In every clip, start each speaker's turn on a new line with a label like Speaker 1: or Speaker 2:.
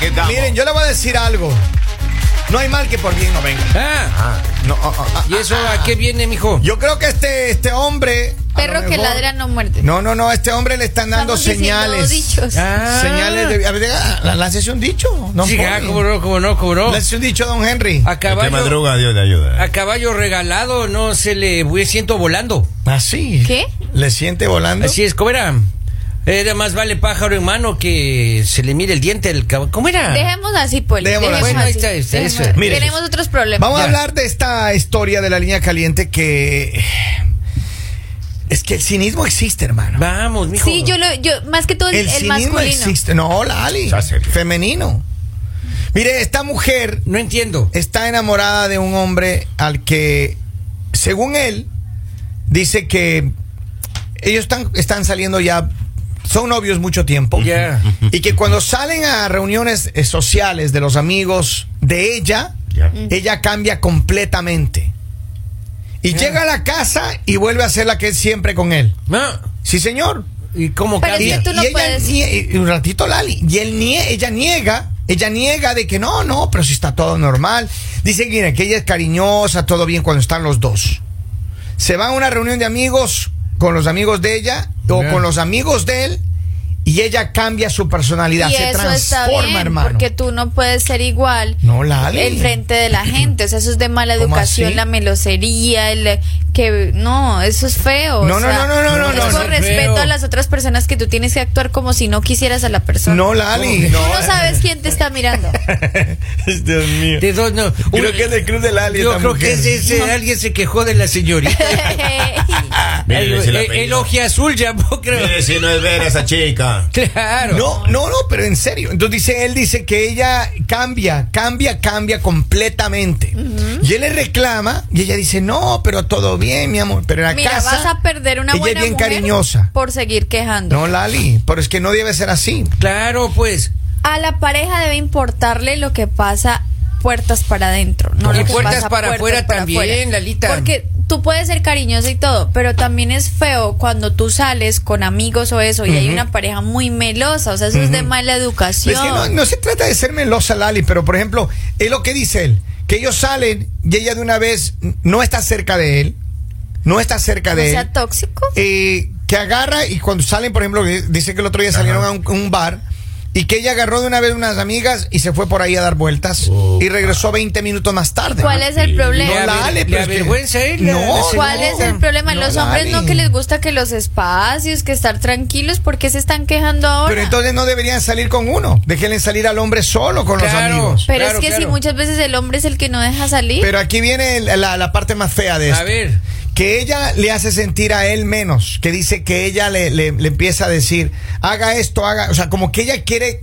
Speaker 1: que damos.
Speaker 2: Miren, yo le voy a decir algo. No hay mal que por bien no venga. oh,
Speaker 3: Ah,
Speaker 1: Ah, no, ah, ah, ah.
Speaker 3: ¿y eso a qué viene, mijo?
Speaker 2: Yo creo que este, este hombre. a lo
Speaker 4: Perro que
Speaker 2: mejor-
Speaker 4: ladra no muerde.
Speaker 2: No, no, no, a este hombre le están dando
Speaker 4: Estamos diciendo
Speaker 2: señales.
Speaker 4: dichos.
Speaker 3: Ah.
Speaker 2: Señales de. A ver, diga, la- Láncese un dicho. No
Speaker 3: Sí, ah, cómo
Speaker 2: le
Speaker 3: no, Ah. cómo no, cómo no.
Speaker 2: Láncese un dicho, don Henry.
Speaker 3: A
Speaker 1: El que
Speaker 3: caballo,
Speaker 1: madruga, Dios le ayuda.
Speaker 3: a caballo regalado no se le voy siento volando.
Speaker 2: Así.
Speaker 4: ¿Qué?
Speaker 2: ¿Le siente volando?
Speaker 3: Así es, ¿cómo era? Era más vale pájaro en mano que se le mire el diente el caballo. ¿Cómo era?
Speaker 4: Dejemos así, Poli.
Speaker 2: Dejémoslo
Speaker 4: Dejemos
Speaker 2: así.
Speaker 3: Bueno, ahí
Speaker 4: así.
Speaker 3: está, está,
Speaker 4: Dejemos-
Speaker 3: eso.
Speaker 2: Mire.
Speaker 4: Tenemos otros problemas.
Speaker 2: Vamos a
Speaker 3: Ya.
Speaker 2: hablar de esta historia de la línea caliente que. Es que el cinismo existe, hermano.
Speaker 3: Vamos, mijo.
Speaker 4: Sí, yo, lo, yo más que todo el,
Speaker 2: El,
Speaker 4: el
Speaker 2: cinismo
Speaker 4: masculino.
Speaker 2: existe. No, Lali.
Speaker 1: Sea serio.
Speaker 2: Femenino. Mire, esta mujer
Speaker 3: No entiendo.
Speaker 2: está enamorada de un hombre al que, según él, dice que ellos están, están saliendo ya, son novios mucho tiempo.
Speaker 3: Ya.
Speaker 2: Y que cuando salen a reuniones eh, sociales de los amigos de ella,
Speaker 1: Ya.
Speaker 2: ella cambia completamente. Y llega a la casa y vuelve a ser la que es siempre con él.
Speaker 3: Ah,
Speaker 2: Sí, señor.
Speaker 3: ¿Y cómo
Speaker 4: Pero
Speaker 3: cambia?
Speaker 4: es que tú no
Speaker 2: ella
Speaker 4: puedes.
Speaker 2: nie- y un ratito, Lali. Y él nie- ella niega, ella niega de que no, no, pero si está todo normal. Dice, mira, que ella es cariñosa, todo bien cuando están los dos. Se va a una reunión de amigos con los amigos de ella o
Speaker 3: Bien.
Speaker 2: con los amigos de él y ella cambia su personalidad,
Speaker 4: Y
Speaker 2: se
Speaker 4: eso está
Speaker 2: transforma,
Speaker 4: bien,
Speaker 2: hermano.
Speaker 4: porque tú no puedes ser igual
Speaker 2: No, Lali.
Speaker 4: en frente de la gente. O sea, eso es de mala
Speaker 2: ¿Cómo
Speaker 4: educación,
Speaker 2: así?
Speaker 4: la melosería, el que no, eso es feo.
Speaker 2: No,
Speaker 4: o
Speaker 2: no, no,
Speaker 4: sea,
Speaker 2: no, no, no,
Speaker 4: Es
Speaker 2: no,
Speaker 4: por
Speaker 3: no,
Speaker 4: respeto
Speaker 3: feo.
Speaker 4: a las otras personas que tú tienes que actuar como si no quisieras a la persona.
Speaker 2: No,
Speaker 4: Tú
Speaker 2: Lali.
Speaker 4: no sabes quién te está mirando.
Speaker 2: Dios mío.
Speaker 3: De dos, no.
Speaker 2: Creo
Speaker 3: Uy,
Speaker 2: que es del club del Ali
Speaker 3: Yo
Speaker 2: esta
Speaker 3: creo que
Speaker 2: mujer.
Speaker 3: ese, ese alguien se quejó de la señorita.
Speaker 1: Mire,
Speaker 3: el,
Speaker 1: le hice el
Speaker 3: el- el
Speaker 1: apellido.
Speaker 3: oje azul ya no creo.
Speaker 1: Mire si no es ver a esa chica.
Speaker 3: Claro.
Speaker 2: No, no, no, pero en serio. Entonces dice, él dice que ella cambia, cambia, cambia completamente. Y él le reclama y ella dice, no, pero todo bien, mi amor. Pero en la
Speaker 4: Mira,
Speaker 2: casa,
Speaker 4: vas a perder una
Speaker 2: ella
Speaker 4: buena
Speaker 2: es bien
Speaker 4: mujer
Speaker 2: cariñosa.
Speaker 4: por seguir quejando.
Speaker 2: No, Lali, pero es que no debe ser así.
Speaker 3: Claro, pues.
Speaker 4: A la pareja debe importarle lo que pasa puertas para adentro, no
Speaker 3: Y
Speaker 4: lo que
Speaker 3: puertas
Speaker 4: pasa
Speaker 3: para afuera también,
Speaker 4: afuera.
Speaker 3: Lalita.
Speaker 4: Porque tú puedes ser cariñoso y todo, pero también es feo cuando tú sales con amigos o eso y hay una pareja muy melosa, o sea, eso es de mala educación.
Speaker 2: Es Pues que no, no se trata de ser melosa, Lali, pero por ejemplo, es lo que dice él, que ellos salen y ella de una vez no está cerca de él, no está cerca
Speaker 4: O
Speaker 2: de él.
Speaker 4: sea tóxico.
Speaker 2: eh, que agarra y cuando salen, por ejemplo, que dice que el otro día salieron a un, un bar y que ella agarró de una vez unas amigas y se fue por ahí a dar vueltas
Speaker 1: Oh,
Speaker 2: y regresó 20 minutos más tarde.
Speaker 4: ¿Cuál es el
Speaker 1: sí.
Speaker 4: problema?
Speaker 3: Le
Speaker 2: No,
Speaker 3: aver-
Speaker 2: Lali,
Speaker 3: le
Speaker 2: pero es que-
Speaker 3: avergüenza a él, la-
Speaker 2: No,
Speaker 3: la
Speaker 4: ¿Cuál
Speaker 3: señorita.
Speaker 4: es el problema?
Speaker 2: No,
Speaker 4: Los hombres no
Speaker 2: Lali.
Speaker 4: que les gusta que los espacios, que estar tranquilos, ¿por qué se están quejando ahora?
Speaker 2: Pero entonces no deberían salir con uno, déjenle salir al hombre solo con
Speaker 3: Claro.
Speaker 2: los amigos.
Speaker 4: Pero
Speaker 3: Claro,
Speaker 4: es que si
Speaker 3: claro.
Speaker 4: muchas veces el hombre es el que no deja salir.
Speaker 2: Pero aquí viene el- la, la parte más fea de esto.
Speaker 3: A ver.
Speaker 2: Que ella le hace sentir a él menos, que dice que ella le, le- le empieza a decir, haga esto, haga, o sea, como que ella quiere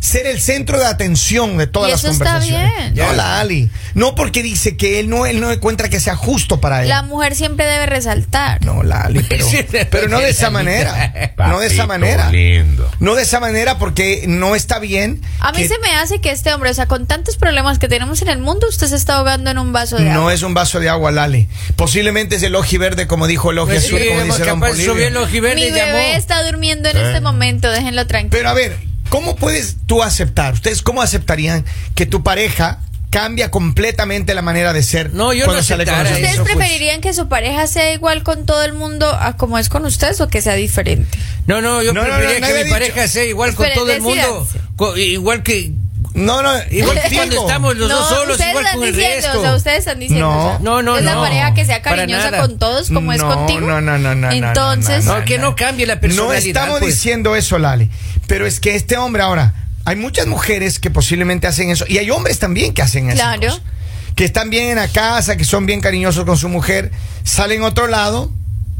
Speaker 2: ser el centro de atención de todas
Speaker 4: Y
Speaker 2: las
Speaker 4: eso está
Speaker 2: conversaciones.
Speaker 4: bien.
Speaker 2: No,
Speaker 3: Ya.
Speaker 2: la Ali. No porque dice que él no, él no encuentra que sea justo para él.
Speaker 4: La mujer siempre debe resaltar.
Speaker 2: No, la Ali, pero, pero no de esa manera. No de esa
Speaker 1: Papito
Speaker 2: manera.
Speaker 1: lindo.
Speaker 2: No de esa manera porque no está bien.
Speaker 4: A mí
Speaker 2: que
Speaker 4: se me hace que este hombre, o sea, con tantos problemas que tenemos en el mundo, usted se está ahogando en un vaso de
Speaker 2: No
Speaker 4: agua.
Speaker 2: es un vaso de agua, Lali. Posiblemente es el oji verde, como dijo el oji
Speaker 3: Pues
Speaker 2: azul,
Speaker 3: sí,
Speaker 2: como dice Don
Speaker 3: capaz
Speaker 2: Polibio.
Speaker 3: subió el ojiverde
Speaker 4: Mi
Speaker 3: y llamó.
Speaker 4: bebé está durmiendo en
Speaker 1: Eh.
Speaker 4: este momento, déjenlo tranquilo.
Speaker 2: Pero a ver, ¿cómo puedes tú aceptar? ¿Ustedes cómo aceptarían que tu pareja cambia completamente la manera de ser
Speaker 3: No, yo no
Speaker 2: cuando sale con los
Speaker 3: aceptara
Speaker 2: amigos?
Speaker 4: ¿Ustedes
Speaker 3: eso, pues.
Speaker 4: preferirían que su pareja sea igual con todo el mundo a como es con ustedes o que sea diferente?
Speaker 3: No, no, yo
Speaker 2: No, no, no,
Speaker 3: preferiría
Speaker 2: nadie
Speaker 3: que mi
Speaker 2: ha dicho.
Speaker 3: pareja sea igual con
Speaker 4: Esperen,
Speaker 3: todo el mundo.
Speaker 4: decídanse.
Speaker 3: co- igual que.
Speaker 2: No, no,
Speaker 3: Igual que
Speaker 2: contigo.
Speaker 3: cuando estamos Pues los dos solos,
Speaker 4: ustedes
Speaker 3: igual
Speaker 4: están
Speaker 3: con el
Speaker 4: diciendo,
Speaker 3: resto.
Speaker 4: o sea, ustedes están diciendo.
Speaker 2: No.
Speaker 4: o sea,
Speaker 3: No, no,
Speaker 4: es la
Speaker 3: no.
Speaker 4: pareja que sea
Speaker 3: Para
Speaker 4: cariñosa
Speaker 3: nada.
Speaker 4: con todos como es
Speaker 2: No,
Speaker 4: contigo.
Speaker 2: no, no, no, no, no,
Speaker 4: Entonces,
Speaker 2: no,
Speaker 3: No, que no cambie la
Speaker 2: No
Speaker 3: personalidad.
Speaker 2: estamos
Speaker 3: pues.
Speaker 2: diciendo eso, Lali. Pero es que este hombre ahora, hay muchas mujeres que posiblemente hacen eso. Y hay hombres también que hacen eso.
Speaker 4: Claro.
Speaker 2: cosas. Que están bien en la casa, que son bien cariñosos con su mujer, salen a otro lado,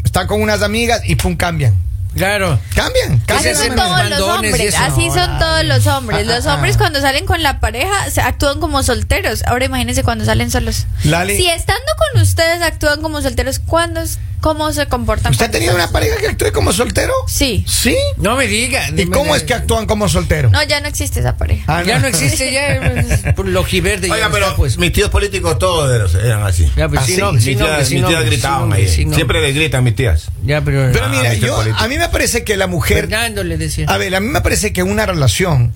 Speaker 2: están con unas amigas y pum, cambian.
Speaker 3: Claro.
Speaker 2: Cambian,
Speaker 4: Así
Speaker 2: cambian.
Speaker 3: hacen
Speaker 4: son
Speaker 3: los
Speaker 4: todos los
Speaker 3: bandones y
Speaker 4: hombres,
Speaker 3: eso.
Speaker 4: así
Speaker 2: No,
Speaker 4: son
Speaker 2: la-
Speaker 4: todos los hombres.
Speaker 2: Ah,
Speaker 4: Los
Speaker 2: ah,
Speaker 4: hombres
Speaker 2: ah.
Speaker 4: cuando salen con la pareja se- actúan como solteros. Ahora imagínense cuando salen solos.
Speaker 2: Lali.
Speaker 4: Si estando con ustedes actúan como solteros, ¿cuándo, es- ¿cómo se comportan?
Speaker 2: ¿Usted ha
Speaker 4: cuando
Speaker 2: tenido
Speaker 4: están
Speaker 2: una pareja que actúe como soltero?
Speaker 4: Sí.
Speaker 2: ¿Sí?
Speaker 3: No me diga.
Speaker 2: ¿Y
Speaker 3: dime-
Speaker 2: cómo es que actúan como soltero?
Speaker 4: solos? No, ya no existe esa pareja.
Speaker 2: Ah,
Speaker 3: Ya no existe, ya. pues, Por lo jiverde. ya
Speaker 1: Oiga,
Speaker 3: no
Speaker 1: pero
Speaker 3: está, pues.
Speaker 1: mis tíos políticos todos eran así.
Speaker 3: Ya, pues,
Speaker 2: Ah,
Speaker 3: sí,
Speaker 2: sí,
Speaker 3: no,
Speaker 1: Mis
Speaker 3: sí, no,
Speaker 1: tías,
Speaker 3: sí,
Speaker 1: mis
Speaker 3: no, pues,
Speaker 1: tías
Speaker 3: sí,
Speaker 1: gritaban
Speaker 3: no,
Speaker 1: ahí.
Speaker 3: sí, no.
Speaker 1: Siempre le gritan mis tías.
Speaker 3: Ya, pero.
Speaker 2: Pero
Speaker 1: Ah,
Speaker 2: mira,
Speaker 1: viste,
Speaker 2: yo,
Speaker 1: político.
Speaker 3: Pues
Speaker 2: a mí me parece que la mujer...
Speaker 3: Fernando le decía.
Speaker 2: A ver, a mí me parece que una relación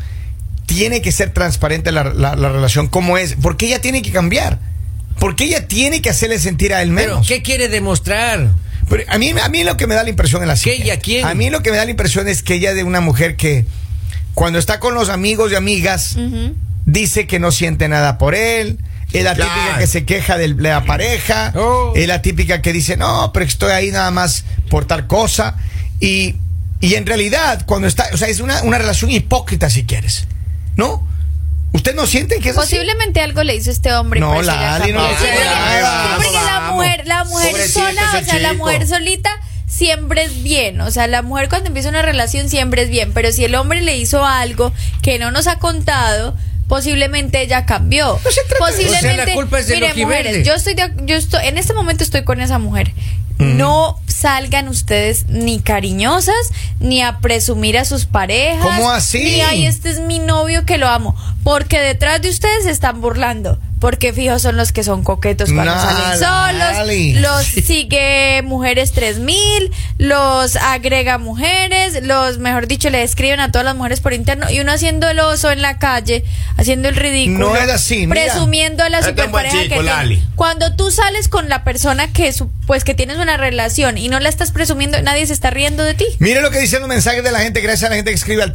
Speaker 2: tiene que ser transparente la, la- la relación como es, porque ella tiene que cambiar. Porque ella tiene que hacerle sentir a él
Speaker 3: Pero,
Speaker 2: menos.
Speaker 3: ¿qué quiere demostrar?
Speaker 2: Pero a mí, a mí lo que me da la impresión es la
Speaker 3: ¿Que
Speaker 2: siguiente.
Speaker 3: ella quién?
Speaker 2: A mí lo que me da la impresión es que ella es de una mujer que cuando está con los amigos y amigas
Speaker 4: Ujú.
Speaker 2: dice que no siente nada por él. Es la
Speaker 1: Claro.
Speaker 2: típica que se queja del- de la pareja.
Speaker 3: Oh.
Speaker 2: Es la típica que dice, no, pero estoy ahí nada más por tal cosa. Y, y en realidad, cuando está, o sea, es una, una relación hipócrita si quieres. ¿No? ¿Usted no siente que es así?
Speaker 4: Posiblemente algo le hizo este hombre. y
Speaker 2: No,
Speaker 4: por eso
Speaker 2: la
Speaker 4: ella
Speaker 2: Ali no
Speaker 4: cambió.
Speaker 2: le
Speaker 1: hizo
Speaker 4: Sí,
Speaker 1: nada,
Speaker 4: porque-
Speaker 1: vamos,
Speaker 4: sí, porque la
Speaker 1: vamos.
Speaker 4: mujer, la mujer
Speaker 1: Pobrecito
Speaker 4: sola,
Speaker 1: ese
Speaker 4: o sea, la
Speaker 1: chico.
Speaker 4: mujer solita siempre es bien. O sea, la mujer cuando empieza una relación siempre es bien. Pero si el hombre le hizo algo que no nos ha contado. Posiblemente ella cambió.
Speaker 2: No se trata de-
Speaker 4: Posiblemente.
Speaker 3: O sea, la culpa es de
Speaker 4: Mire,
Speaker 3: Lojiverde.
Speaker 4: mujeres, yo estoy, de ac- yo estoy, en este momento estoy con esa mujer. No salgan ustedes ni cariñosas ni a presumir a sus parejas.
Speaker 2: ¿Cómo así?
Speaker 4: Ni ahí este es mi novio que lo amo. Porque detrás de ustedes se están burlando. Porque fijo son los que son coquetos cuando
Speaker 2: Nada,
Speaker 4: salen solos.
Speaker 2: Ali.
Speaker 4: Los sigue mujeres 3000. Los agrega mujeres. Los, mejor dicho, le escriben a todas las mujeres por interno. Y uno haciendo el oso en la calle. Haciendo el ridículo.
Speaker 2: No era así, mira.
Speaker 4: Presumiendo a la
Speaker 1: Este es un buen
Speaker 4: superpareja
Speaker 1: chico,
Speaker 4: que tiene.
Speaker 1: Lali.
Speaker 4: Cuando tú sales con la persona que, su- pues, que tienes una relación y no la estás presumiendo, nadie se está riendo de ti.
Speaker 2: Mire lo que dicen los mensajes de la gente. Gracias a la gente que escribe al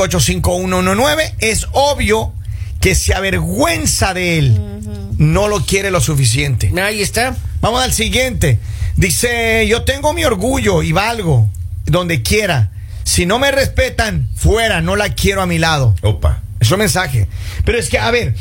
Speaker 2: 302-858-5119. Es obvio que se avergüenza de él. No lo quiere lo suficiente.
Speaker 3: Ahí está.
Speaker 2: Vamos al siguiente. Dice, yo tengo mi orgullo y valgo donde quiera. Si no me respetan, fuera, no la quiero a mi lado.
Speaker 1: Opa.
Speaker 2: Es un mensaje. Pero es que, a ver,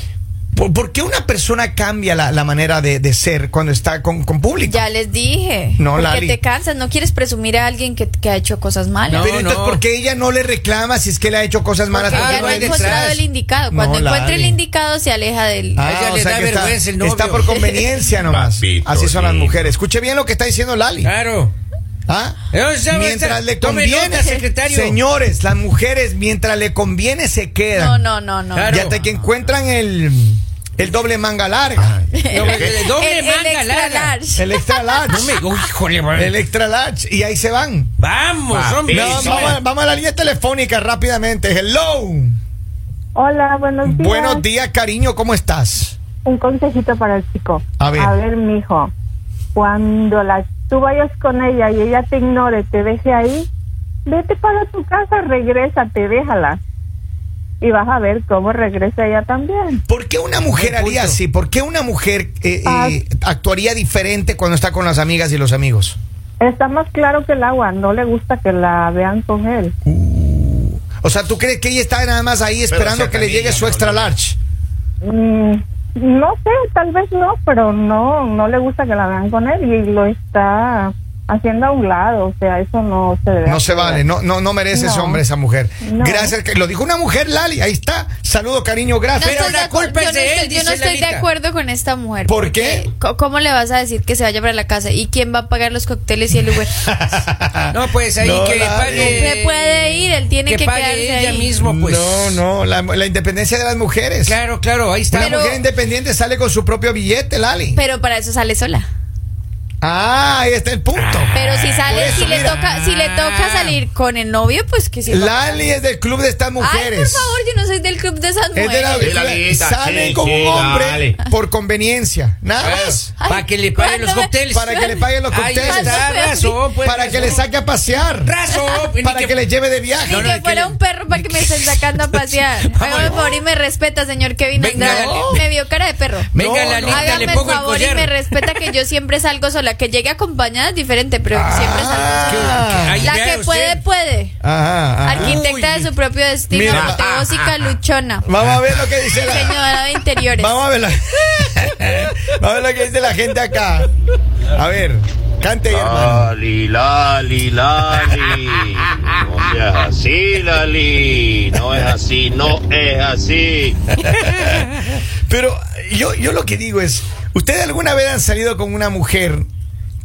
Speaker 2: ¿por, por qué una persona cambia la, la manera de, de ser cuando está con, con público?
Speaker 4: Ya les dije.
Speaker 2: No,
Speaker 4: porque
Speaker 2: Lali.
Speaker 4: te cansas, no quieres presumir a alguien que, que ha hecho cosas malas.
Speaker 2: Pero
Speaker 3: No,
Speaker 2: entonces,
Speaker 3: no.
Speaker 2: ¿por qué ella no le reclama si es que le ha hecho cosas malas?
Speaker 4: porque
Speaker 3: Ah,
Speaker 4: ya
Speaker 3: no
Speaker 4: no
Speaker 3: hay
Speaker 4: ha encontrado
Speaker 3: detrás.
Speaker 4: el indicado.
Speaker 2: No,
Speaker 4: Cuando encuentre
Speaker 2: Lali.
Speaker 4: el indicado, se aleja del.
Speaker 3: Ah, ella le da
Speaker 2: que está-
Speaker 3: vergüenza el
Speaker 2: está,
Speaker 3: novio.
Speaker 2: por conveniencia nomás.
Speaker 1: Papito
Speaker 2: Así son las
Speaker 1: lindo.
Speaker 2: mujeres. Escuche bien lo que está diciendo Lali.
Speaker 3: Claro.
Speaker 2: ¿Ah?
Speaker 3: Eso ya va a
Speaker 2: Mientras
Speaker 3: estar-
Speaker 2: le
Speaker 3: Tome
Speaker 2: conviene,
Speaker 3: nota, secretario.
Speaker 2: señores, las mujeres mientras le conviene se
Speaker 4: no,
Speaker 2: quedan.
Speaker 4: no, no, no.
Speaker 3: Claro.
Speaker 2: Y hasta que encuentran el, el doble manga larga,
Speaker 3: No,
Speaker 1: ¿Qué?
Speaker 3: doble
Speaker 4: El- el
Speaker 3: manga
Speaker 4: extra
Speaker 3: larga.
Speaker 4: large.
Speaker 2: el extra
Speaker 3: No me
Speaker 2: large,
Speaker 3: oh, híjole, man.
Speaker 2: el extra large y ahí se van.
Speaker 3: Vamos,
Speaker 1: Papi.
Speaker 3: hombre.
Speaker 1: No,
Speaker 2: Vamos,
Speaker 1: sí.
Speaker 2: vamos a- vamos a la línea telefónica rápidamente. Hello.
Speaker 5: Hola, buenos días.
Speaker 2: Buenos días, cariño, ¿cómo estás?
Speaker 5: Un consejito para el chico.
Speaker 2: A ver.
Speaker 5: mijo. Cuando la, tú vayas con ella y ella te ignore, te deje ahí, vete para tu casa, regrésate, déjala. Y vas a ver cómo regresa ella también.
Speaker 2: ¿Por qué una mujer
Speaker 3: Buen punto.
Speaker 2: haría así? ¿Por qué una mujer eh, eh,
Speaker 5: Ah.
Speaker 2: actuaría diferente cuando está con las amigas y los amigos?
Speaker 5: Está más claro que el agua, no le gusta que la vean con él.
Speaker 2: O sea, ¿tú crees que ella está nada más ahí
Speaker 1: Pero
Speaker 2: esperando
Speaker 1: sea
Speaker 2: que le
Speaker 1: cariño,
Speaker 2: llegue su
Speaker 1: no,
Speaker 2: extra
Speaker 1: no.
Speaker 2: large?
Speaker 5: Mm, no sé, tal vez no, pero no, no le gusta que la vean con él y lo está haciendo a un lado, o sea, eso no se debe.
Speaker 2: No se
Speaker 5: hacer.
Speaker 2: vale, no, no, no merece ese
Speaker 5: No.
Speaker 2: hombre, esa mujer.
Speaker 5: No.
Speaker 2: Gracias, que lo dijo una mujer, Lali, ahí está. Saludo, cariño,
Speaker 4: No
Speaker 2: gracias.
Speaker 3: Pero
Speaker 4: estoy
Speaker 3: la
Speaker 4: de acuerdo-
Speaker 3: culpa
Speaker 4: yo
Speaker 3: es de
Speaker 4: no
Speaker 3: él,
Speaker 4: estoy- Yo
Speaker 3: dice
Speaker 4: no estoy de
Speaker 3: Lalita.
Speaker 4: acuerdo con esta mujer.
Speaker 2: ¿Por qué?
Speaker 4: porque co- ¿Cómo le vas a decir que se vaya para la casa? ¿Y quién va a pagar los cócteles y el Uber?
Speaker 3: No, pues ahí
Speaker 2: No,
Speaker 3: que
Speaker 2: Lali.
Speaker 3: pague.
Speaker 4: Se puede ir, él tiene que
Speaker 3: pague
Speaker 4: quedarse
Speaker 3: ella
Speaker 4: ahí.
Speaker 3: mismo, pues.
Speaker 2: No, no, la, la independencia de las mujeres.
Speaker 3: Claro, claro, ahí está.
Speaker 2: Una
Speaker 4: Pero-
Speaker 2: mujer independiente sale con su propio billete, Lali.
Speaker 4: Pero para eso sale sola.
Speaker 2: ah, ahí está el punto.
Speaker 4: Pero si sale,
Speaker 2: eso,
Speaker 4: si le
Speaker 2: mira.
Speaker 4: toca, si le toca salir con el novio, pues que sí. lo-
Speaker 2: Lali es del club de estas
Speaker 4: Ay, por
Speaker 2: mujeres.
Speaker 4: favor, yo no soy del club de esas
Speaker 2: Es de la,
Speaker 4: mujeres.
Speaker 1: la lista,
Speaker 2: salen
Speaker 1: sí,
Speaker 2: con
Speaker 1: sí,
Speaker 2: un hombre
Speaker 1: dale.
Speaker 2: por conveniencia, nada
Speaker 3: Pues,
Speaker 2: más.
Speaker 4: Ay,
Speaker 3: para que le paguen los
Speaker 4: ¿cuándo me-
Speaker 3: cócteles.
Speaker 2: Para que le paguen los
Speaker 3: Ahí
Speaker 2: cócteles.
Speaker 3: está,
Speaker 4: Cuando-
Speaker 3: razón, pues,
Speaker 2: para que le
Speaker 3: razón.
Speaker 2: saque a pasear.
Speaker 3: Razón, ni
Speaker 2: Para que le lleve de viaje.
Speaker 4: Ni
Speaker 3: No, no,
Speaker 4: que
Speaker 3: es que
Speaker 4: fuera
Speaker 3: le-
Speaker 4: un perro para que me estén sacando a pasear. Hágame el favor y me respeta, señor Kevin
Speaker 3: Venga,
Speaker 4: Andrade.
Speaker 3: Lalita.
Speaker 4: Me vio cara de perro.
Speaker 3: Venga,
Speaker 2: No,
Speaker 3: Lalita,
Speaker 4: Hágame
Speaker 3: le
Speaker 4: el
Speaker 3: pongo el
Speaker 4: favor y
Speaker 3: collar.
Speaker 4: me respeta que yo siempre salgo sola. Que llegue acompañada es diferente, pero siempre
Speaker 2: Ah,
Speaker 4: salgo sola.
Speaker 2: que-
Speaker 3: ahí
Speaker 4: La
Speaker 3: vea
Speaker 4: que
Speaker 3: usted.
Speaker 4: puede, puede.
Speaker 2: Ajá, ajá.
Speaker 4: Arquitecta
Speaker 3: Uy.
Speaker 4: de su propio destino,
Speaker 2: Ah, Mira.
Speaker 4: apoteósica, luchona.
Speaker 2: Vamos a ver lo que dice la.
Speaker 4: Señora de interiores.
Speaker 2: Vamos a ver la... Vamos a ver lo que dice la gente acá. A ver, cante,
Speaker 3: Ah.
Speaker 2: hermano.
Speaker 6: Lali, Lali, Lali. No seas así, Lali. No es así, no es así.
Speaker 2: Pero yo, yo lo que digo es, ¿ustedes alguna vez han salido con una mujer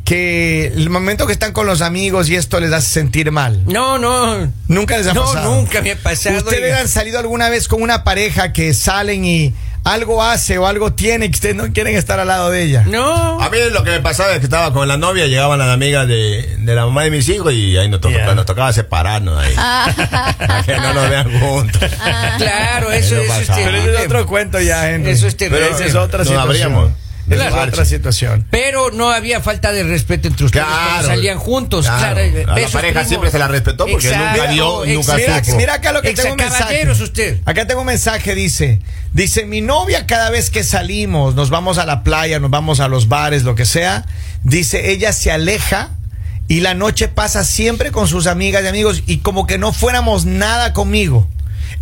Speaker 2: que el momento que están con los amigos y esto les hace sentir mal?
Speaker 3: No, no.
Speaker 2: Nunca les ha
Speaker 3: No,
Speaker 2: pasado.
Speaker 3: nunca me ha pasado,
Speaker 2: ¿Ustedes
Speaker 3: oiga.
Speaker 2: han salido alguna vez con una pareja que salen y algo hace o algo tiene que ustedes no quieren estar al lado de ella.
Speaker 3: No.
Speaker 1: A mí lo que me pasaba es que estaba con la novia, llegaban las amigas de, de la mamá de mis hijos y ahí nos, to-
Speaker 2: Ya.
Speaker 1: nos tocaba separarnos ahí. Para que no nos vean juntos.
Speaker 3: Claro, eso,
Speaker 1: Eso
Speaker 3: eso es
Speaker 1: pasa.
Speaker 2: Pero
Speaker 3: terrible.
Speaker 2: ese es otro cuento ya, Henry.
Speaker 3: Eso es
Speaker 2: Pero
Speaker 3: terrible.
Speaker 2: esa es otra
Speaker 1: Nos
Speaker 2: situación.
Speaker 1: abríamos.
Speaker 2: Esa es
Speaker 1: Claro.
Speaker 2: otra situación.
Speaker 3: Pero no había falta de respeto entre ustedes cuando salían juntos.
Speaker 1: claro.
Speaker 3: Claro,
Speaker 1: A la
Speaker 3: besos,
Speaker 1: pareja
Speaker 3: primos.
Speaker 1: siempre se la respetó porque
Speaker 3: Exacto,
Speaker 1: nunca dio, y nunca
Speaker 2: Mira,
Speaker 1: supo.
Speaker 2: mira acá lo que tengo un mensaje.
Speaker 3: Exacaballeros usted.
Speaker 2: Acá tengo un mensaje, dice. Dice, mi novia cada vez que salimos, nos vamos a la playa, nos vamos a los bares, lo que sea, dice, ella se aleja y la noche pasa siempre con sus amigas y amigos y como que no fuéramos nada conmigo.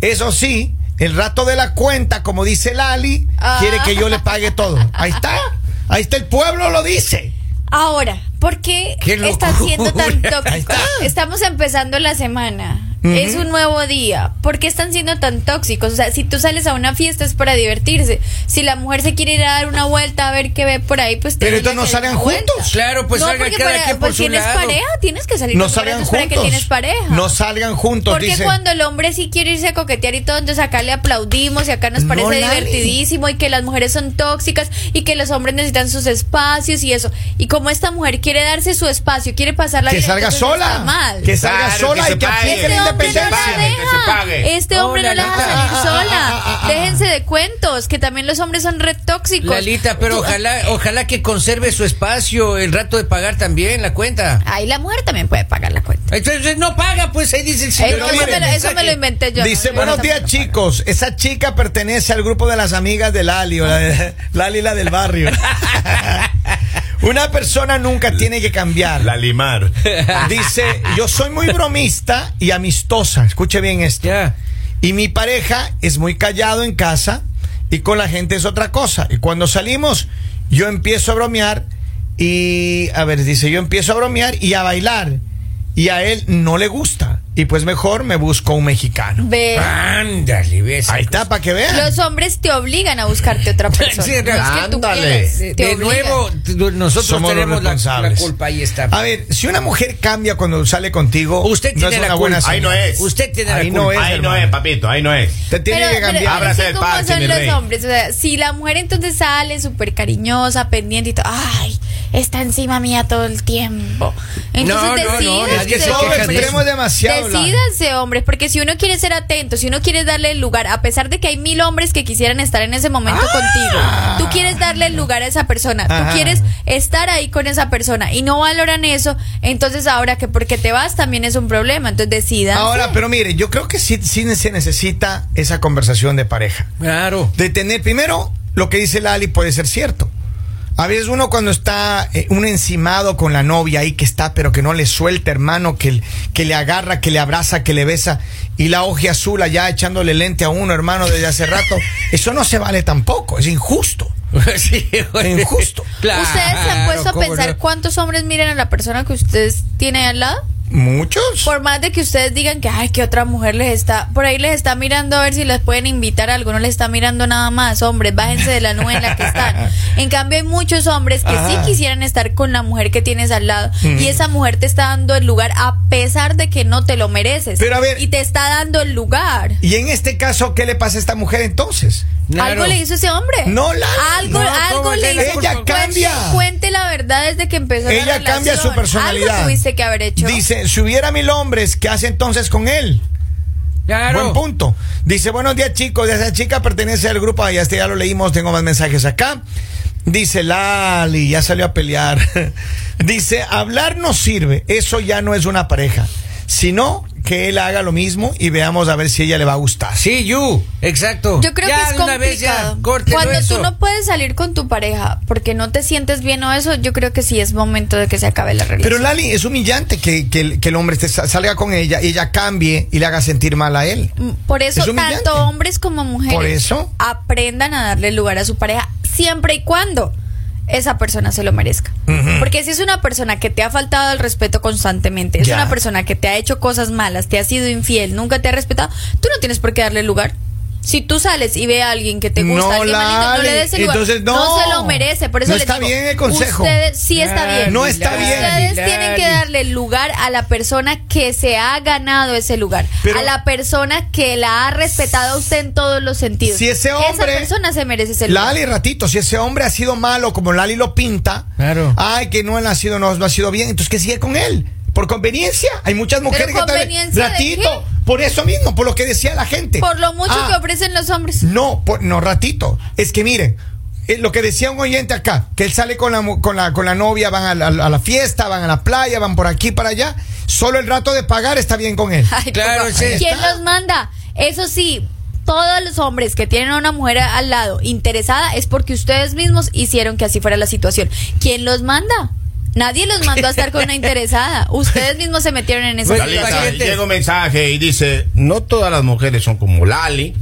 Speaker 2: Eso sí, el rato de la cuenta, como dice Lali,
Speaker 4: Ah.
Speaker 2: quiere que yo le pague todo. Ahí está. Ahí está el pueblo, lo dice.
Speaker 4: Ahora, ¿por qué,
Speaker 3: ¡Qué
Speaker 4: está siendo tan
Speaker 3: locura!
Speaker 2: Ahí está.
Speaker 4: tóxico? Estamos empezando la semana.
Speaker 2: Ujú.
Speaker 4: Es un nuevo día. ¿Por qué están siendo tan tóxicos? O sea, si tú sales a una fiesta es para divertirse. Si la mujer se quiere ir a dar una vuelta a ver qué ve por ahí, pues
Speaker 2: Pero
Speaker 4: tenela
Speaker 2: entonces no
Speaker 4: que
Speaker 2: salgan
Speaker 4: dar vuelta.
Speaker 2: juntos.
Speaker 3: Claro, pues
Speaker 4: no,
Speaker 3: salgan
Speaker 4: porque
Speaker 3: cada
Speaker 4: para-
Speaker 3: quien por
Speaker 4: pues
Speaker 3: su
Speaker 4: tienes
Speaker 3: lado.
Speaker 4: pareja, tienes que salir
Speaker 2: No
Speaker 4: con
Speaker 2: salgan
Speaker 4: para que
Speaker 2: juntos.
Speaker 4: tienes pareja.
Speaker 2: No salgan juntos,
Speaker 4: Porque
Speaker 2: dice.
Speaker 4: cuando el hombre sí quiere irse a coquetear y todo, entonces acá le aplaudimos y acá nos
Speaker 2: No,
Speaker 4: parece
Speaker 2: Lali.
Speaker 4: divertidísimo y que las mujeres son tóxicas y que los hombres necesitan sus espacios y eso. Y como esta mujer quiere darse su espacio, quiere pasarla
Speaker 2: Que
Speaker 4: bien,
Speaker 2: salga
Speaker 4: entonces
Speaker 2: sola.
Speaker 4: Está mal.
Speaker 2: Que salga
Speaker 1: Claro,
Speaker 2: sola
Speaker 1: que
Speaker 2: y
Speaker 1: se
Speaker 2: que
Speaker 1: pague.
Speaker 2: aplique
Speaker 4: Este
Speaker 2: la
Speaker 4: hombre no
Speaker 2: independencia.
Speaker 4: la
Speaker 1: pague, que se
Speaker 4: deja.
Speaker 1: pague.
Speaker 4: Este
Speaker 3: Oh,
Speaker 4: hombre no la deja
Speaker 3: Lalita.
Speaker 4: salir
Speaker 2: Ah, ah, ah,
Speaker 4: sola.
Speaker 2: ah.
Speaker 4: Déjense de cuentos, que también los hombres son re tóxicos.
Speaker 3: Lalita, pero
Speaker 4: Tú- eh,
Speaker 3: ojalá, ojalá que conserve su espacio, el rato de pagar también la cuenta.
Speaker 4: Ahí la mujer también puede pagar la cuenta.
Speaker 3: Entonces no paga, pues ahí dice el
Speaker 4: Eh,
Speaker 3: señor.
Speaker 4: eso,
Speaker 2: mire,
Speaker 4: me lo, eso me lo
Speaker 3: inventó.
Speaker 4: inventé yo.
Speaker 2: Dice,
Speaker 4: no,
Speaker 2: buenos
Speaker 4: yo
Speaker 2: días
Speaker 4: tampoco.
Speaker 2: chicos, esa chica pertenece al grupo de las amigas de Lali, o la de- Lali la del barrio. Una persona nunca tiene que cambiar.
Speaker 1: La limar.
Speaker 2: Dice, yo soy muy bromista y amistosa, escuche bien esto.
Speaker 3: Ya.
Speaker 2: Y mi pareja es muy callado en casa y con la gente es otra cosa. Y cuando salimos, yo empiezo a bromear y, a ver, dice, yo empiezo a bromear y a bailar. Y a él no le gusta. Y pues mejor me busco un mexicano.
Speaker 4: Ve.
Speaker 3: Ándale, ves.
Speaker 2: Ahí está, para que vean.
Speaker 4: Los hombres te obligan a buscarte otra persona.
Speaker 3: Sí,
Speaker 4: No es que tú
Speaker 1: ándale.
Speaker 4: quieras,
Speaker 3: De,
Speaker 4: te
Speaker 3: de
Speaker 4: obligan.
Speaker 3: nuevo, t- nosotros
Speaker 2: Somos los
Speaker 3: tenemos la- la,
Speaker 2: responsables.
Speaker 3: culpa, ahí está.
Speaker 2: A ver, si una mujer cambia cuando sale contigo,
Speaker 3: Usted
Speaker 2: no
Speaker 3: tiene
Speaker 2: es
Speaker 3: la
Speaker 2: una buena
Speaker 3: culpa.
Speaker 1: Ahí no
Speaker 2: señal.
Speaker 1: es.
Speaker 3: Usted tiene
Speaker 2: Ahí
Speaker 3: la culpa.
Speaker 2: no es,
Speaker 1: Ahí no
Speaker 2: hermano.
Speaker 1: es, papito, ahí no es.
Speaker 2: Te tiene que cambiar.
Speaker 1: Ábrase
Speaker 4: es que
Speaker 1: el
Speaker 4: ¿cómo
Speaker 1: parche,
Speaker 4: son
Speaker 1: mi
Speaker 4: los
Speaker 1: rey.
Speaker 4: hombres? O sea, si la mujer entonces sale súper cariñosa, pendiente y todo, ay, está encima mía todo el
Speaker 3: No,
Speaker 4: tiempo.
Speaker 3: no, no,
Speaker 4: Entonces
Speaker 3: nadie
Speaker 4: decídanse,
Speaker 3: se queja
Speaker 2: no
Speaker 3: de
Speaker 4: hombres.
Speaker 3: eso.
Speaker 2: extremos demasiado. Lali.
Speaker 4: Decídanse, hombres, porque si uno quiere ser atento, si uno quiere darle el lugar, a pesar de que hay mil hombres que quisieran estar en ese momento contigo, tú quieres darle el lugar a esa persona,
Speaker 2: Ah. Ajá.
Speaker 4: tú quieres estar ahí con esa persona y no valoran eso, entonces ahora que porque te vas también es un problema, entonces decidan.
Speaker 2: Ahora, pero mire, yo creo que sí, sí se necesita esa conversación de pareja.
Speaker 3: Claro.
Speaker 2: De tener, primero, lo que dice Lali puede ser cierto. A veces uno cuando está eh, un encimado con la novia ahí que está, pero que no le suelta, hermano, que, que le agarra, que le abraza, que le besa, y la hoja azul allá echándole lente a uno, hermano, desde hace rato, eso no se vale tampoco, es injusto.
Speaker 3: Sí, güey.
Speaker 2: Injusto.
Speaker 3: Claro,
Speaker 4: ¿Ustedes se han puesto a
Speaker 3: ¿cómo
Speaker 4: pensar
Speaker 3: no?
Speaker 4: cuántos hombres miran a la persona que ustedes tienen al lado?
Speaker 2: Muchos.
Speaker 4: Por más de que ustedes digan que, ay, que otra mujer les está, por ahí les está mirando a ver si les pueden invitar a algo, no les está mirando nada más, hombres, bájense de la nube en la que están. En cambio, hay muchos hombres que sí
Speaker 2: Ajá. Mm.
Speaker 4: quisieran estar con la mujer que tienes al lado y esa mujer te está dando el lugar a pesar de que no te lo mereces.
Speaker 2: Pero a ver-
Speaker 4: Y te está dando el lugar.
Speaker 2: Y en este caso, ¿qué le pasa a esta mujer entonces?
Speaker 3: Claro.
Speaker 4: ¿Algo le hizo ese hombre?
Speaker 2: No, la-
Speaker 4: Algo,
Speaker 3: No, ¿cómo
Speaker 4: algo
Speaker 3: que
Speaker 4: le
Speaker 3: no?
Speaker 4: hizo.
Speaker 2: Ella
Speaker 4: Cuente-
Speaker 2: cambia.
Speaker 4: Cuente la verdad desde que empezó la
Speaker 2: Ella
Speaker 4: relación.
Speaker 2: cambia su personalidad.
Speaker 4: Algo tuviste que haber hecho.
Speaker 2: Dice, si hubiera mil hombres, ¿qué hace entonces con él?
Speaker 3: Claro.
Speaker 2: Buen punto. Dice, buenos días chicos, esa chica pertenece al grupo, ah, ya, este ya lo leímos, tengo más mensajes acá. Dice, Lali, ya salió a pelear. Dice, hablar no sirve, eso ya no es una pareja, sino que él haga lo mismo y veamos a ver si ella le va a gustar.
Speaker 3: Sí, you. Exacto.
Speaker 4: Yo creo
Speaker 3: Ya,
Speaker 4: que es
Speaker 3: de una vez ya,
Speaker 4: complicado.
Speaker 3: córtelo
Speaker 4: Cuando
Speaker 3: eso.
Speaker 4: tú no puedes salir con tu pareja porque no te sientes bien o eso, yo creo que sí es momento de que se acabe la relación.
Speaker 2: Pero Lali, es humillante que, que el- que el hombre esté- salga con ella y ella cambie y le haga sentir mal a él.
Speaker 4: Mm, Por eso,
Speaker 2: Es humillante.
Speaker 4: tanto hombres como mujeres
Speaker 2: Por eso.
Speaker 4: aprendan a darle lugar a su pareja siempre y cuando esa persona se lo merezca. Porque si es una persona que te ha faltado el respeto constantemente, es
Speaker 2: Ya.
Speaker 4: una persona que te ha hecho cosas malas, te ha sido infiel, nunca te ha respetado, tú no tienes por qué darle lugar. Si tú sales y ve a alguien que te gusta,
Speaker 2: No
Speaker 4: alguien
Speaker 2: la
Speaker 4: malito, no le des el
Speaker 2: ale.
Speaker 4: lugar.
Speaker 2: Entonces, no.
Speaker 4: se lo merece. Por eso
Speaker 2: No
Speaker 4: les
Speaker 2: está
Speaker 4: digo,
Speaker 2: bien el consejo.
Speaker 4: Ustedes, sí está bien.
Speaker 2: No está bien.
Speaker 4: Ustedes tienen que darle lugar a la persona que se ha ganado ese lugar.
Speaker 2: Pero-
Speaker 4: a la persona que la ha respetado a usted en todos los sentidos.
Speaker 2: Si ese hombre-
Speaker 4: Esa persona se merece ese lugar.
Speaker 2: Lali, ratito, si ese hombre ha sido malo como Lali lo pinta,
Speaker 3: Claro.
Speaker 2: ay, que no él ha sido, no, no ha sido bien, entonces que sigue con él. Por conveniencia. Hay muchas mujeres que tal vez-
Speaker 4: conveniencia de
Speaker 2: ratito, por eso mismo, por lo que decía la gente.
Speaker 4: Por lo mucho
Speaker 2: Ah,
Speaker 4: que ofrecen los hombres.
Speaker 2: No, por- no, ratito. Es que miren, eh, lo que decía un oyente acá, que él sale con la, mu- con la, con la novia, van a la, a la fiesta, van a la playa, van por aquí, para allá. Solo el rato de pagar está bien con él.
Speaker 4: Ay,
Speaker 3: Claro,
Speaker 4: papá.
Speaker 3: sí.
Speaker 4: ¿Quién los manda? Eso sí, todos los hombres que tienen a una mujer al lado interesada es porque ustedes mismos hicieron que así fuera la situación. ¿Quién los manda? Nadie los mandó a estar con una interesada. Ustedes mismos se metieron en esa
Speaker 3: Bueno,
Speaker 4: situación.
Speaker 3: paciente.
Speaker 7: llega un mensaje y dice, no todas las mujeres son como Lali.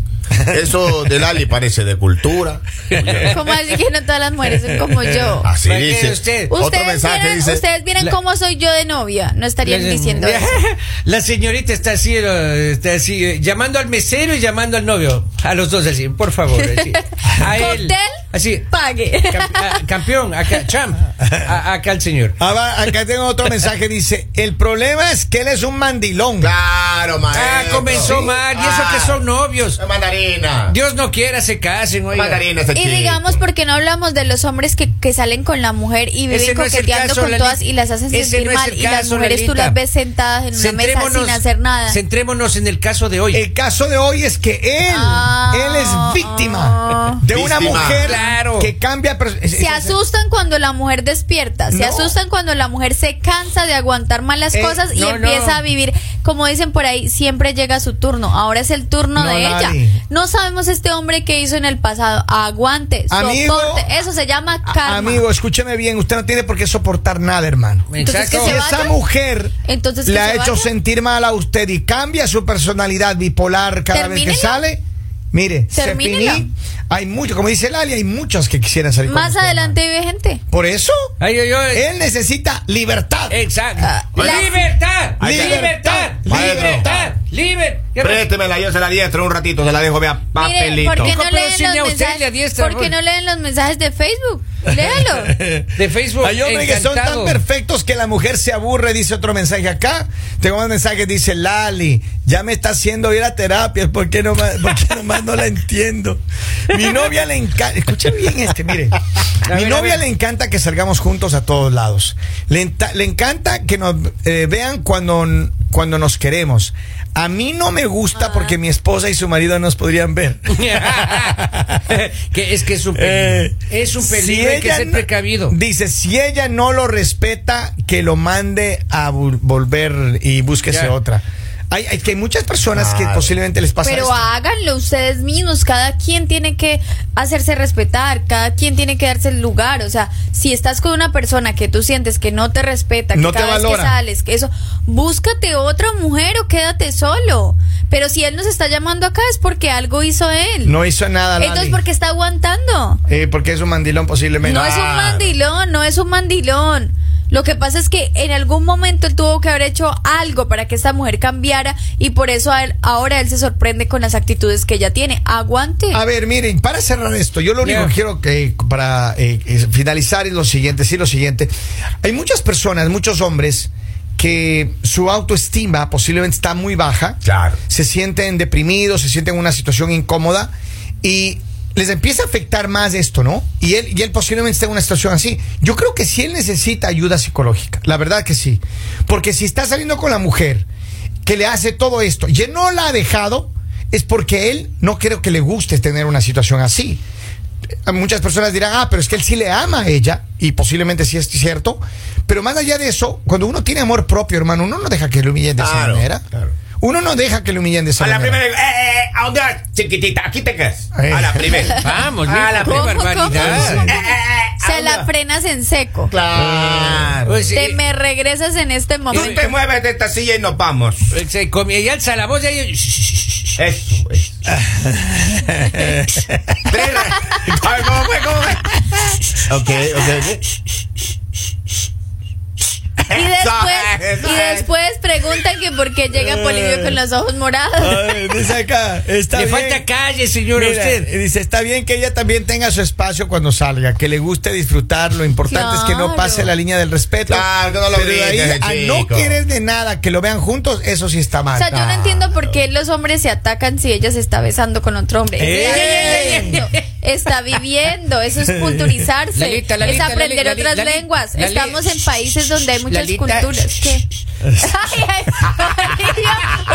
Speaker 7: Eso de Lali parece de cultura. Oye,
Speaker 4: ¿Cómo así que no todas las mujeres son como
Speaker 2: Ah,
Speaker 4: yo?
Speaker 7: Así
Speaker 3: Imagínese
Speaker 7: dice.
Speaker 3: usted.
Speaker 7: Otro
Speaker 4: Ustedes
Speaker 7: mensaje
Speaker 4: vieran,
Speaker 7: dice,
Speaker 4: ustedes vieran
Speaker 3: La-
Speaker 4: cómo soy yo de novia. No estarían
Speaker 3: La-
Speaker 4: diciendo eso.
Speaker 3: La señorita está así, eh, está así, eh, llamando al mesero y llamando al novio. A los dos así, por favor. así. A él.
Speaker 4: Cóctel,
Speaker 3: Así.
Speaker 4: pague.
Speaker 3: Cam- a- campeón, acá, champ. A- acá el señor.
Speaker 2: Ah, va, acá tengo otro mensaje, dice, el problema es que él es un mandilón.
Speaker 7: Claro, maestro.
Speaker 3: Ah, comenzó
Speaker 7: Sí.
Speaker 3: mal. Y eso
Speaker 7: Ah,
Speaker 3: que son novios.
Speaker 7: es Mandarina.
Speaker 3: Dios no quiera se casen, oiga.
Speaker 7: Mandarina este
Speaker 4: Y
Speaker 7: chico.
Speaker 4: digamos, porque no hablamos de los hombres que, que salen con la mujer y viven
Speaker 3: Ese no es el
Speaker 4: coqueteando
Speaker 3: caso,
Speaker 4: con
Speaker 3: Lalita.
Speaker 4: todas y las hacen
Speaker 3: Ese
Speaker 4: sentir
Speaker 3: no es el
Speaker 4: mal? y las
Speaker 3: caso,
Speaker 4: mujeres tú
Speaker 3: Lalita.
Speaker 4: las ves sentadas en una mesa
Speaker 3: Centrémonos-
Speaker 4: sin hacer nada.
Speaker 3: Centrémonos en el caso de hoy.
Speaker 2: El caso de hoy es que él,
Speaker 4: Ah,
Speaker 2: él es víctima
Speaker 4: ah.
Speaker 2: de una
Speaker 7: Víctima.
Speaker 2: mujer
Speaker 3: Claro.
Speaker 2: que cambia. pers- es-
Speaker 4: Se
Speaker 2: es-
Speaker 4: asustan cuando la mujer despierta, se
Speaker 2: No.
Speaker 4: asustan cuando la mujer se cansa de aguantar malas
Speaker 2: Eh,
Speaker 4: cosas y
Speaker 3: no,
Speaker 4: empieza
Speaker 3: no.
Speaker 4: a vivir, como dicen por ahí, siempre llega su turno, ahora es el turno
Speaker 2: No,
Speaker 4: de ella.
Speaker 2: Lali.
Speaker 4: No sabemos este hombre que hizo en el pasado, aguante,
Speaker 2: Amigo,
Speaker 4: soporte, eso se llama
Speaker 2: A-
Speaker 4: karma.
Speaker 2: Amigo, escúcheme bien, usted no tiene por qué soportar nada, hermano.
Speaker 4: Entonces,
Speaker 3: Exacto.
Speaker 4: ¿qué
Speaker 2: Si
Speaker 4: se va?
Speaker 2: esa
Speaker 4: vaya?
Speaker 2: mujer
Speaker 4: Entonces, ¿que
Speaker 2: le ha
Speaker 4: se
Speaker 2: hecho
Speaker 4: vaya?
Speaker 2: sentir mal a usted y cambia su personalidad bipolar cada vez que
Speaker 4: Termínela.
Speaker 2: sale, mire, se
Speaker 4: Termínela.
Speaker 2: finí. Hay mucho, como dice Lali, hay muchas que quisieran salir. con
Speaker 4: Más
Speaker 2: usted,
Speaker 4: adelante vive gente.
Speaker 2: hermano. Por eso,
Speaker 3: Ay, ay, ay.
Speaker 2: él necesita libertad.
Speaker 3: Exacto.
Speaker 4: Ah, la-
Speaker 3: libertad,
Speaker 7: Ahí está.
Speaker 3: libertad,
Speaker 7: Maestro.
Speaker 3: libertad, liber-
Speaker 7: Préstemela, yo se la diestro un ratito, se la dejo, vea,
Speaker 4: Miren,
Speaker 7: papelito.
Speaker 4: ¿por qué no
Speaker 3: Pero si ni a
Speaker 4: leen los
Speaker 3: usted le
Speaker 4: mensajes?
Speaker 3: adiestra,
Speaker 4: ¿Por qué
Speaker 3: Raúl?
Speaker 4: no leen los mensajes de Facebook? Léalo.
Speaker 3: De Facebook.
Speaker 2: Hay hombres que son tan
Speaker 3: encantado.
Speaker 2: perfectos que la mujer se aburre, dice otro mensaje acá. Tengo un mensaje, dice Lali, ya me está haciendo ir a terapia, ¿por qué nomás, por qué nomás no la entiendo? Mi novia le encanta, escuchen bien este, mire,
Speaker 3: A
Speaker 2: mi
Speaker 3: ver, a
Speaker 2: novia
Speaker 3: ver.
Speaker 2: le encanta que salgamos juntos a todos lados. Le, enta- le encanta que nos eh, vean cuando, cuando nos queremos. A mí no me
Speaker 3: Ah.
Speaker 2: gusta porque mi esposa y su marido nos podrían ver.
Speaker 3: que es que es un peligro.
Speaker 2: Eh,
Speaker 3: es un peligro,
Speaker 2: si
Speaker 3: hay que
Speaker 2: ella
Speaker 3: ser
Speaker 2: no-
Speaker 3: precavido.
Speaker 2: Dice, si ella no lo respeta, que lo mande a vol- volver y búsquese
Speaker 3: Ya. Ah.
Speaker 2: otra. Hay, hay- que hay muchas personas que
Speaker 7: Claro.
Speaker 2: posiblemente les pasa
Speaker 4: Pero
Speaker 2: esto.
Speaker 4: háganlo ustedes mismos. Cada quien tiene que hacerse respetar. Cada quien tiene que darse el lugar. O sea, si estás con una persona que tú sientes que no te respeta, que
Speaker 2: No te
Speaker 4: cada vez que
Speaker 2: valora.
Speaker 4: sales, que eso, búscate otra mujer o quédate solo. Pero si él nos está llamando acá es porque algo hizo él.
Speaker 2: No hizo nada, Lali.
Speaker 4: Entonces, porque está aguantando.
Speaker 2: Eh, porque es un mandilón posiblemente. Ah.
Speaker 4: No es un mandilón, no es un mandilón. Lo que pasa es que en algún momento él tuvo que haber hecho algo para que esta mujer cambiara y por eso a él- ahora él se sorprende con las actitudes que ella tiene. Aguante.
Speaker 2: A ver, miren, para cerrar esto, yo lo único
Speaker 3: Ya.
Speaker 2: que quiero que para eh, es finalizar es lo siguiente, sí, lo siguiente. Hay muchas personas, muchos hombres que su autoestima posiblemente está muy baja.
Speaker 7: Claro.
Speaker 2: Se sienten deprimidos, se sienten en una situación incómoda y les empieza a afectar más esto, ¿no? Y él, y él posiblemente está en una situación así. Yo creo que sí él necesita ayuda psicológica, la verdad que sí. Porque si está saliendo con la mujer que le hace todo esto y él no la ha dejado, es porque él no creo que le guste tener una situación así. Eh, Muchas personas dirán, ah, pero es que él sí le ama a ella, y posiblemente sí es cierto, pero más allá de eso, cuando uno tiene amor propio, hermano, uno no deja que le humillen de esa
Speaker 7: Claro,
Speaker 2: manera.
Speaker 7: claro.
Speaker 2: Uno no deja que le humillen de esa
Speaker 7: A la
Speaker 2: manera.
Speaker 7: primera, eh, eh, eh, ¿a dónde vas, chiquitita? Aquí te quedas. A la primera. Ah,
Speaker 3: Vamos,
Speaker 7: A la
Speaker 3: mijo, qué
Speaker 4: ¿Cómo, cómo,
Speaker 3: barbaridad.
Speaker 4: cómo, cómo?
Speaker 7: Eh, eh, eh,
Speaker 4: Se la
Speaker 7: anda.
Speaker 4: frenas en seco.
Speaker 7: Claro.
Speaker 3: Pues,
Speaker 4: Te
Speaker 3: eh,
Speaker 4: me regresas en este
Speaker 7: Tú
Speaker 4: momento.
Speaker 7: te mueves de esta silla y nos vamos.
Speaker 3: eh, se comía y alza la voz y ahí-
Speaker 2: Eh,
Speaker 7: Eso, pues. Tres ra- A ver, ¿cómo fue? ¿Cómo fue? Ok, ok, ok.
Speaker 4: Y después,
Speaker 7: Eso,
Speaker 4: y
Speaker 7: eso,
Speaker 4: después preguntan que por qué llega Polivio con los ojos morados.
Speaker 2: Ay, dice acá, está
Speaker 3: Le
Speaker 2: bien.
Speaker 3: falta calle, señora,
Speaker 2: Mira,
Speaker 3: usted.
Speaker 2: y Dice, está bien que ella también tenga su espacio cuando salga, que le guste disfrutar. Lo importante es que no
Speaker 4: Claro.
Speaker 2: pase la línea del respeto.
Speaker 7: Claro, que no lo
Speaker 2: Pero de ahí
Speaker 7: grites,
Speaker 2: a
Speaker 7: ese
Speaker 2: no
Speaker 7: chico.
Speaker 2: querer de nada que lo vean juntos, eso sí está
Speaker 4: O
Speaker 2: mal.
Speaker 4: sea,
Speaker 7: Ah.
Speaker 4: yo no entiendo por qué los hombres se atacan si ella se está besando con otro hombre.
Speaker 3: ¡Ey!
Speaker 4: Está viviendo, está viviendo, eso es culturizarse,
Speaker 3: Lalita, Lalita,
Speaker 4: es aprender
Speaker 3: Lalita,
Speaker 4: otras
Speaker 3: Lalita,
Speaker 4: lenguas.
Speaker 3: Lalita.
Speaker 4: Estamos en países donde hay muchas
Speaker 3: Lalita.
Speaker 4: culturas. ¿Qué? Ay, ay, Polibio,